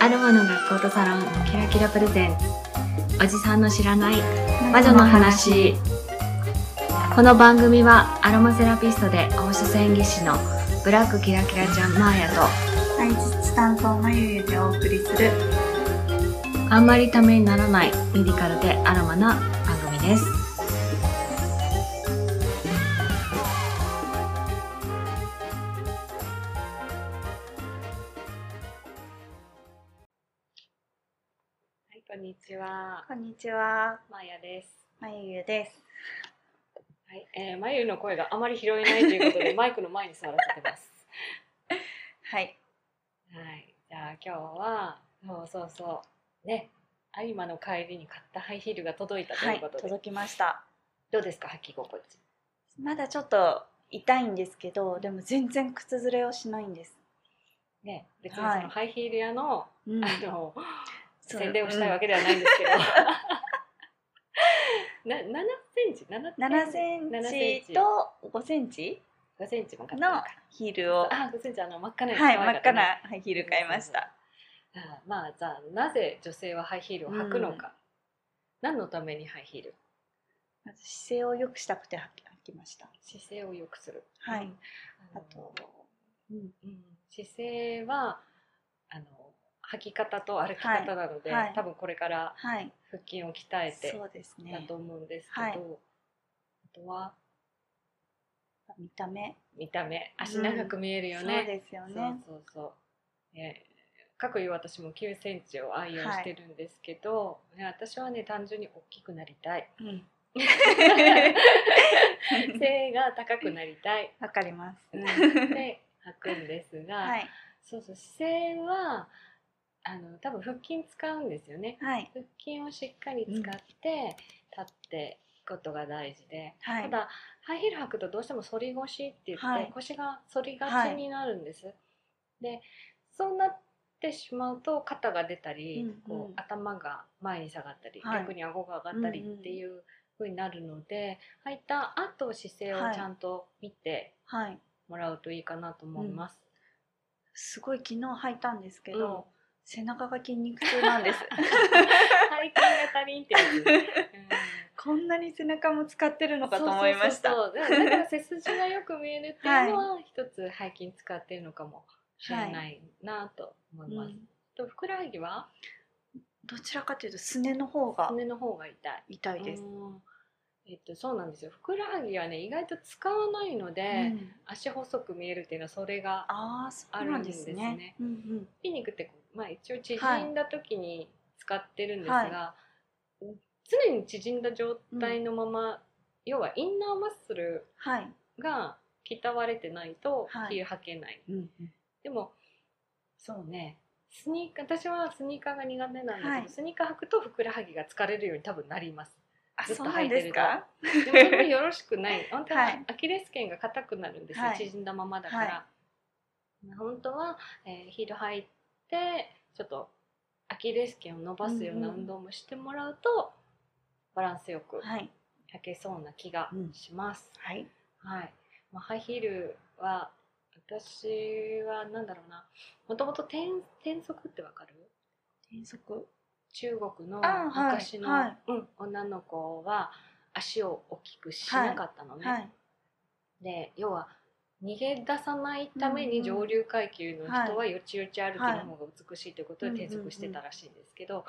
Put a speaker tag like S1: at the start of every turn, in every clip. S1: アロマの学校とサロンキラキラプレゼンツおじさんの知らない魔女の話この番組はアロマセラピストで放射線技師のブラックキラキラちゃんマーヤと
S2: 大実担当まゆゆでお送りする
S1: あんまりためにならないメディカルでアロマな番組ですはいこんにちは
S2: こんにちは
S1: マーヤです
S2: まゆゆです
S1: はい、えー、まゆの声があまり拾えないという ことで、マイクの前に座らせてます。
S2: はい
S1: はい、じゃあ、今日は、そうそうそう、ね、有馬の帰りに買ったハイヒールが届いたと
S2: は
S1: いう
S2: い
S1: ことで、
S2: 届きました
S1: どうですか、履き心地。
S2: まだちょっと痛いんですけどでも全然靴ずれをしないんです
S1: ね、別にそ
S2: はい
S1: のハイヒール屋の、
S2: うん
S1: あの、
S2: そう
S1: 宣伝をしたいわけではないんですけど。 な7センチ7
S2: 7セ
S1: 7
S2: ン
S1: セ
S2: チ
S1: ンチ
S2: と5センチ
S1: 5センチも買ったの
S2: の
S1: か
S2: ヒールをは
S1: あ5センチあの真っ赤なやつ
S2: い
S1: 可愛
S2: 真っ
S1: か
S2: 赤
S1: たね
S2: なハイヒール買いました
S1: ああまあじゃあなぜ女性はハイヒールを履くのか、何のためにハイヒール
S2: まず姿勢を良くしたくて履き履きました
S1: 姿勢を良くする
S2: はい
S1: うんあ
S2: あ
S1: の
S2: と
S1: うんうん、姿勢はあの履き方と歩き方なので、
S2: はいはい
S1: 多分これから
S2: はい
S1: 腹筋を鍛えて
S2: そうですね
S1: だと思うんですけど、
S2: はい
S1: あとは
S2: 見た目
S1: 見た目足長く見えるよ
S2: そう
S1: ね、
S2: ですよね
S1: そうそうそうねかくいう私も9センチを愛用してるんですけど、ね私はね単純に大きくなりたい
S2: うん
S1: 背が高くなりたい、
S2: わかります
S1: で履くんですが、
S2: はい
S1: そうそう姿勢はあの多分腹筋使うんですよね
S2: はい
S1: 腹筋をしっかり使って立っていくことが大事で、
S2: はい
S1: ただハイヒール履くとどうしても反り腰って言って、
S2: はい
S1: 腰が反りが
S2: は
S1: ち
S2: い
S1: になるんです、でそうなってしまうと肩が出たり、
S2: うんうん
S1: こう頭が前に下がったり、
S2: はい
S1: 逆に顎が上がったりっていう風になるので、履いた後姿勢を
S2: はい
S1: ちゃんと見て
S2: はい
S1: もらうといいかなと思います、
S2: すごい昨日履いたんですけ ど、
S1: うん
S2: 背中が筋肉痛な んです
S1: 背筋が足りんってや つ、
S2: こんなに背中も使ってる
S1: う
S2: の
S1: ん
S2: かと思いました
S1: そうそうそうそうだから背筋がよく見えるっていうのは、一つ背筋使ってるのかもしれないなと思います、
S2: うん
S1: とふくらはぎは
S2: どちらかというとすねの方が
S1: すねの方が痛い
S2: 痛いです、
S1: うんえっと、そうなんですよふくらはぎはね意外と使わないので、
S2: うん
S1: 足細く見えるっていうのはそれが
S2: ああそうなんですね
S1: あるんですね
S2: うんうん、
S1: 筋肉ってこう、まあ、一応縮んだ時に使ってるんですが、
S2: は
S1: 常に縮んだ状態のまま、要はインナーマッスル
S2: はい、
S1: が鍛われてないと
S2: はい
S1: 気を吐けない、
S2: うん
S1: でもそうねスニーカー私はスニーカーが苦手なんだけど、
S2: はい
S1: スニーカー履くとふくらはぎが疲れるように多分なり ます
S2: あ
S1: ずっと
S2: そうなんですか
S1: でもそれもよろしくない本当は
S2: はい
S1: アキレス腱が硬くなるんですよ、
S2: はい
S1: 縮んだままだから、
S2: は
S1: 本当は、えーヒール履いてちょっとアキレス腱を伸ばすような
S2: うんうん
S1: 運動もしてもらうと、バランスよく
S2: はい
S1: 履けそうな気がします、
S2: はい
S1: はい、まあ、ハイヒールは私はなんだろうなもともと転転足ってわかる
S2: 転足
S1: 中国の
S2: あはい
S1: 昔の、
S2: はい
S1: うん、女の子は足を大きくしなかったのね、
S2: はい
S1: で要は逃げ出さないために
S2: うんうん
S1: 上流階級の人は
S2: は
S1: よちよち歩きの方が美しいということで
S2: はい
S1: 転職してたらしいんですけど、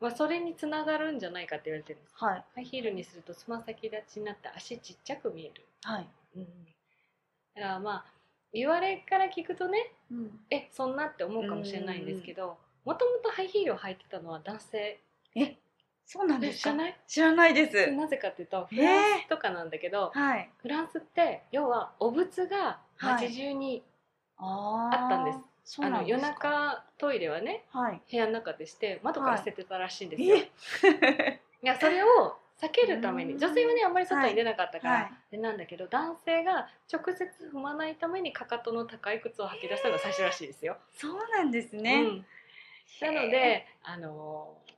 S1: まあ、それにつながるんじゃないかって言われてるんです
S2: はい
S1: ハイヒールにするとつま先立ちになって足ちっちゃく見える、
S2: はい
S1: うん、だからまあ言われから聞くとね
S2: うん
S1: えそんなって思うかもしれないんですけどもともとハイヒールを履いてたのは男性
S2: えそうなんです
S1: 知ら
S2: か
S1: ない
S2: 知らないです
S1: なぜかっていうと
S2: え
S1: フ
S2: ー
S1: ランスとかなんだけど、
S2: はい
S1: フランスって要はお仏が街中に、
S2: あ
S1: あったんです
S2: すそう
S1: あ
S2: な
S1: の
S2: んで
S1: 夜
S2: すか
S1: 中トイレはね
S2: はい
S1: 部屋の中でして窓から捨ててたらしいんですよ、い、
S2: え
S1: やそれを避けるために
S2: うん
S1: 女性はねあんまり外に出なかったから、
S2: はい
S1: でなんだけど男性が直接踏まないためにかかとの高い靴を履き出したのが最初らしいですよ、
S2: そうなんですね、
S1: うんなのであのー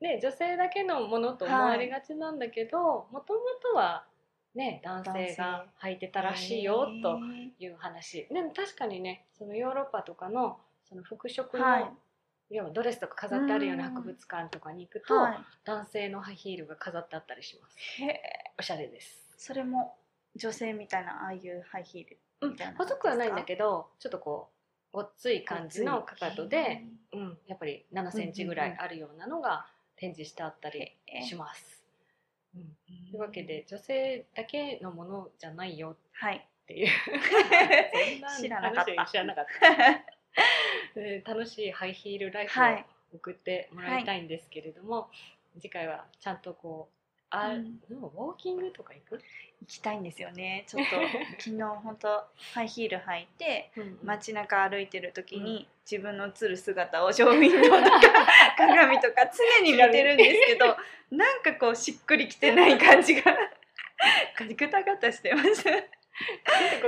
S1: ね女性だけのものと思われがちなんだけどもともとはね男性が履いてたらしいよと
S2: へー
S1: いう話でも確かにねそのヨーロッパとかのその服飾の、
S2: はい
S1: 要はドレスとか飾ってあるような博物館とかに行くと、
S2: はい
S1: 男性のハイヒールが飾ってあったりします
S2: へえ
S1: おしゃれです
S2: それも女性みたいなああいうハイヒールみたいな
S1: 細くはないんだ
S2: ど
S1: けどちょっとこうごっつい感じのかかとで、うん、やっぱり7センチぐらいあるようなのが展示してあったりします。うん、というわけで女性だけのものじゃないよ
S2: はい
S1: って いう
S2: 知らなかった
S1: 話を知らなかったえー楽しいハイヒールライフを
S2: はい
S1: 送ってもらいたいんですけれども、次回はちゃんとこうあ、
S2: うん
S1: でもウォーキングとか行く、
S2: 行きたいんですよねちょっ と昨日本当ハイヒール履いて
S1: 街
S2: 街中歩いてる時に、自分の映る姿をショーウィンドウとか鏡とか常に見てるんで すけどなんかこうしっくりきてない感じがガタガタしてます。
S1: こ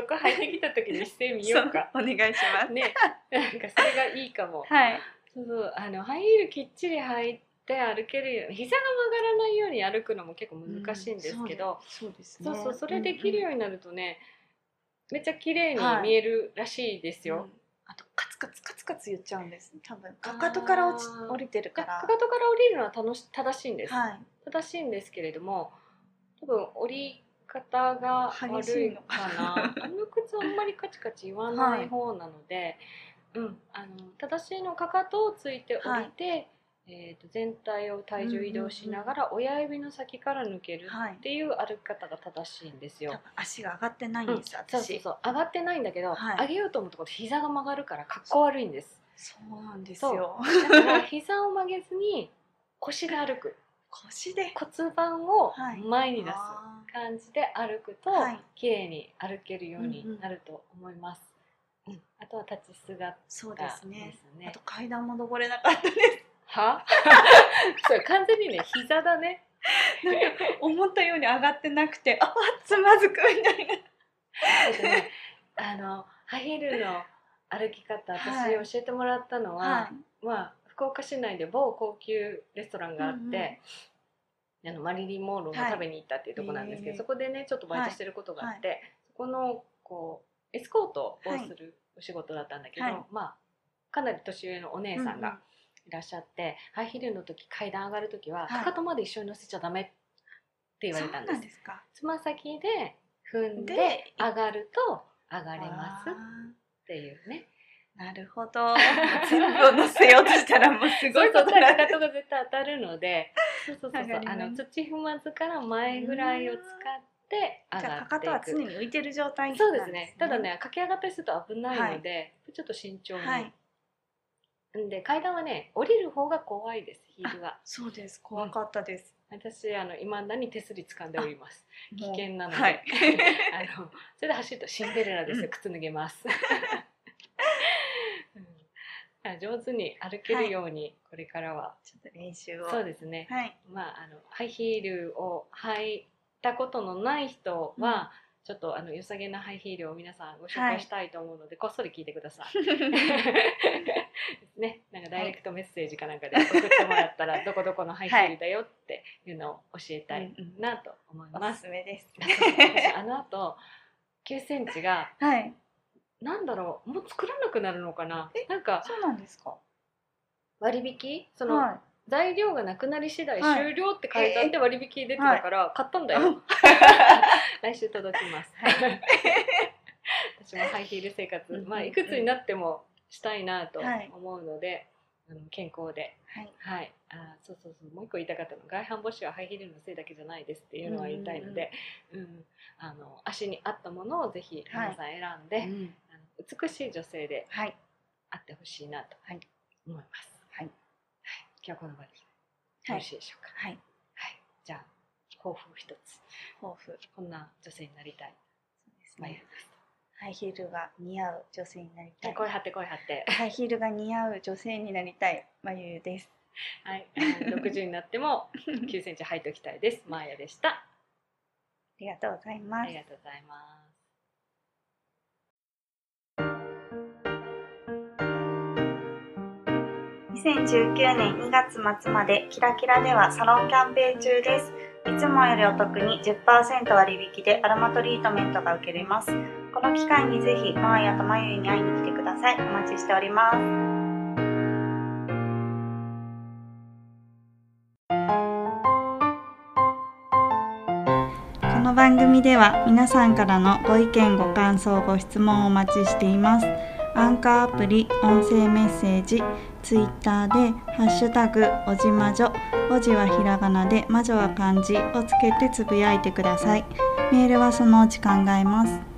S1: こ入ってきた時にしてみようか
S2: そうお願いします
S1: ね、なんかそれがいいかも。
S2: はい
S1: そうそうあのハイヒールきっちり履いて歩けるよう膝が曲がらないように歩くのも結構難しいんですけど、
S2: そうです
S1: そうそうそれできる
S2: よ
S1: ようになるとね、めっちゃ綺麗に見えるらしいですよ。
S2: あとカツカツカツカツ言っちゃうんです多分かかとから落ち
S1: あー
S2: 降りてるか
S1: からかかとから降りるのは楽し正しいんです、
S2: はい
S1: 正しいんですけれども多分降り方が
S2: 激し
S1: 悪
S2: い
S1: い
S2: の
S1: かなあの靴あんまりカチカチ言わない方なので、うん、あの正しいのかかとをついて降りて、えー、と全体を体重移動しながら親指の先から抜ける
S2: はい
S1: っていう歩き方が正しいんですよ。
S2: 多分足が上がってないん
S1: うん
S2: です、
S1: そう
S2: 私
S1: そうそう上がってないんだけど、
S2: はい
S1: 上げようと思うとこで膝が曲がるからかっこ悪いんです。
S2: そうなんですよ。
S1: だから膝を曲げずに腰で歩く
S2: 腰で。
S1: 骨盤を前に出す
S2: あ
S1: 感じで歩くと
S2: はい
S1: 綺麗に歩けるようになると思います、うんあとは立ち姿
S2: ーそうで
S1: ですすね
S2: ね。あと階段も登れなかったです。
S1: は そう完全にね膝だね
S2: なんか思ったように上がってなくて、あ、つまずくみたいな。
S1: だってねあのハイヒールの歩き方
S2: はい
S1: 私教えてもらったのは、まあ福岡市内で某高級レストランがあって、
S2: うんうん
S1: あのマリリン・モーローが食べに行ったっていうところなんですけど、
S2: はい
S1: そこでねちょっとバイトしてることがあって、そこのこうエスコートをするお仕事だったんだけど、
S2: はい
S1: まあかなり年上のお姉さん
S2: うんう
S1: が
S2: ん
S1: いらっしゃって、ハイヒールの時階段上がる時は、
S2: はい
S1: かかとまで一緒に乗せちゃダメって言われ
S2: そう
S1: た
S2: なんん
S1: です
S2: ですか。
S1: つま先で踏んで
S2: で
S1: 上がると上が
S2: あ
S1: れますっていうね
S2: なるほど。全部を乗せようとしたらもうす
S1: そ
S2: ご
S1: うい
S2: いう
S1: こ
S2: ことと
S1: はか
S2: だ
S1: かとが絶対当たるので、 そうそうそう
S2: 上
S1: そう
S2: がり
S1: あ
S2: ます
S1: の土踏まずから前ぐらいを使って上
S2: じゃあ
S1: が
S2: かかとは
S1: ってい
S2: 常
S1: く。
S2: に浮いてる状態なん
S1: そうですね。ただ。ね、駆け上がったりすると危ないので、ちょっと慎重に。
S2: はい。
S1: んで階段はね、降りる方が怖いです。ヒールは。
S2: そうです。怖かったです。
S1: 私あの未だに手すり掴んでおります。危
S2: もう
S1: 険なので、
S2: はい
S1: あのそれで走るとシンデレラですよ、
S2: うん
S1: 靴脱げます、 うんあ上手に歩けるように、これからは
S2: ちょっと練習を。
S1: そうですね
S2: はい。
S1: まあ、あのハイヒールを履いたことのない人は、
S2: うん
S1: ちょっとあの良さげなハイヒールを皆さんご紹介したいと思うので、こっそり聞いてくださ い。ね、なんかダイレクトメッセージかなんかで送ってもらったら、どこどこのハイヒールだよっていうのを教えたい
S2: うんうん
S1: なと思い
S2: お
S1: ますす。
S2: すめです。
S1: 私あの後9センチが
S2: はい。
S1: なんだろうもう作らなくなるのかな
S2: え
S1: なんか
S2: そうなんですか。
S1: 割引その、
S2: は
S1: 材料がなくなり次第
S2: はい
S1: 終了って書いてあって割引出てたから買ったんだよ、来週届きます、 私もハイヒール生活、まあ、いくつになってもしたいなと思うので、あの健康で
S2: い。はい。
S1: はいあーそうそうそうもう一個言いたかったの外反母趾はハイヒールのせいだけじゃないですっていうのは言いたいので、うんあの足に合ったものをぜひ皆さん選んで、あの美しい女性で
S2: はい。
S1: あってほしいなと
S2: はい
S1: 思います。は
S2: はい
S1: い今日はこの場で
S2: は
S1: よ
S2: い
S1: ろしいでしょうか。
S2: はい。
S1: はい、じゃあ抱負を一つ。
S2: 抱負。
S1: こんな女性になりたい。
S2: は
S1: まあいい
S2: いハイヒールが似合う女性になり
S1: で
S2: た
S1: す
S2: い。
S1: 声張って声張って。
S2: ハイヒールが似合う女性になりたい。まゆゆです。
S1: はい、六十になっても9センチ履いておきたいです。マーヤでした。
S2: ありがとうござい
S1: あ
S2: ます
S1: り。がとうございます。
S2: 2019年2月末までキラキラではサロンキャンペーン中です。いつもよりお得に10%割引でアロマトリートメントが受けれます。この機会にぜひ、マーヤとマユイに会いに来てください。お待ちしております。の番組では皆さんからのご意見ご感想ご質問をお待ちしていますアンカーアプリ音声メッセージツイッターで「ハッシュタグおじまじょ」おじはひらがなで魔女は漢字をつけてつぶやいてくださいメールはそのうち考えます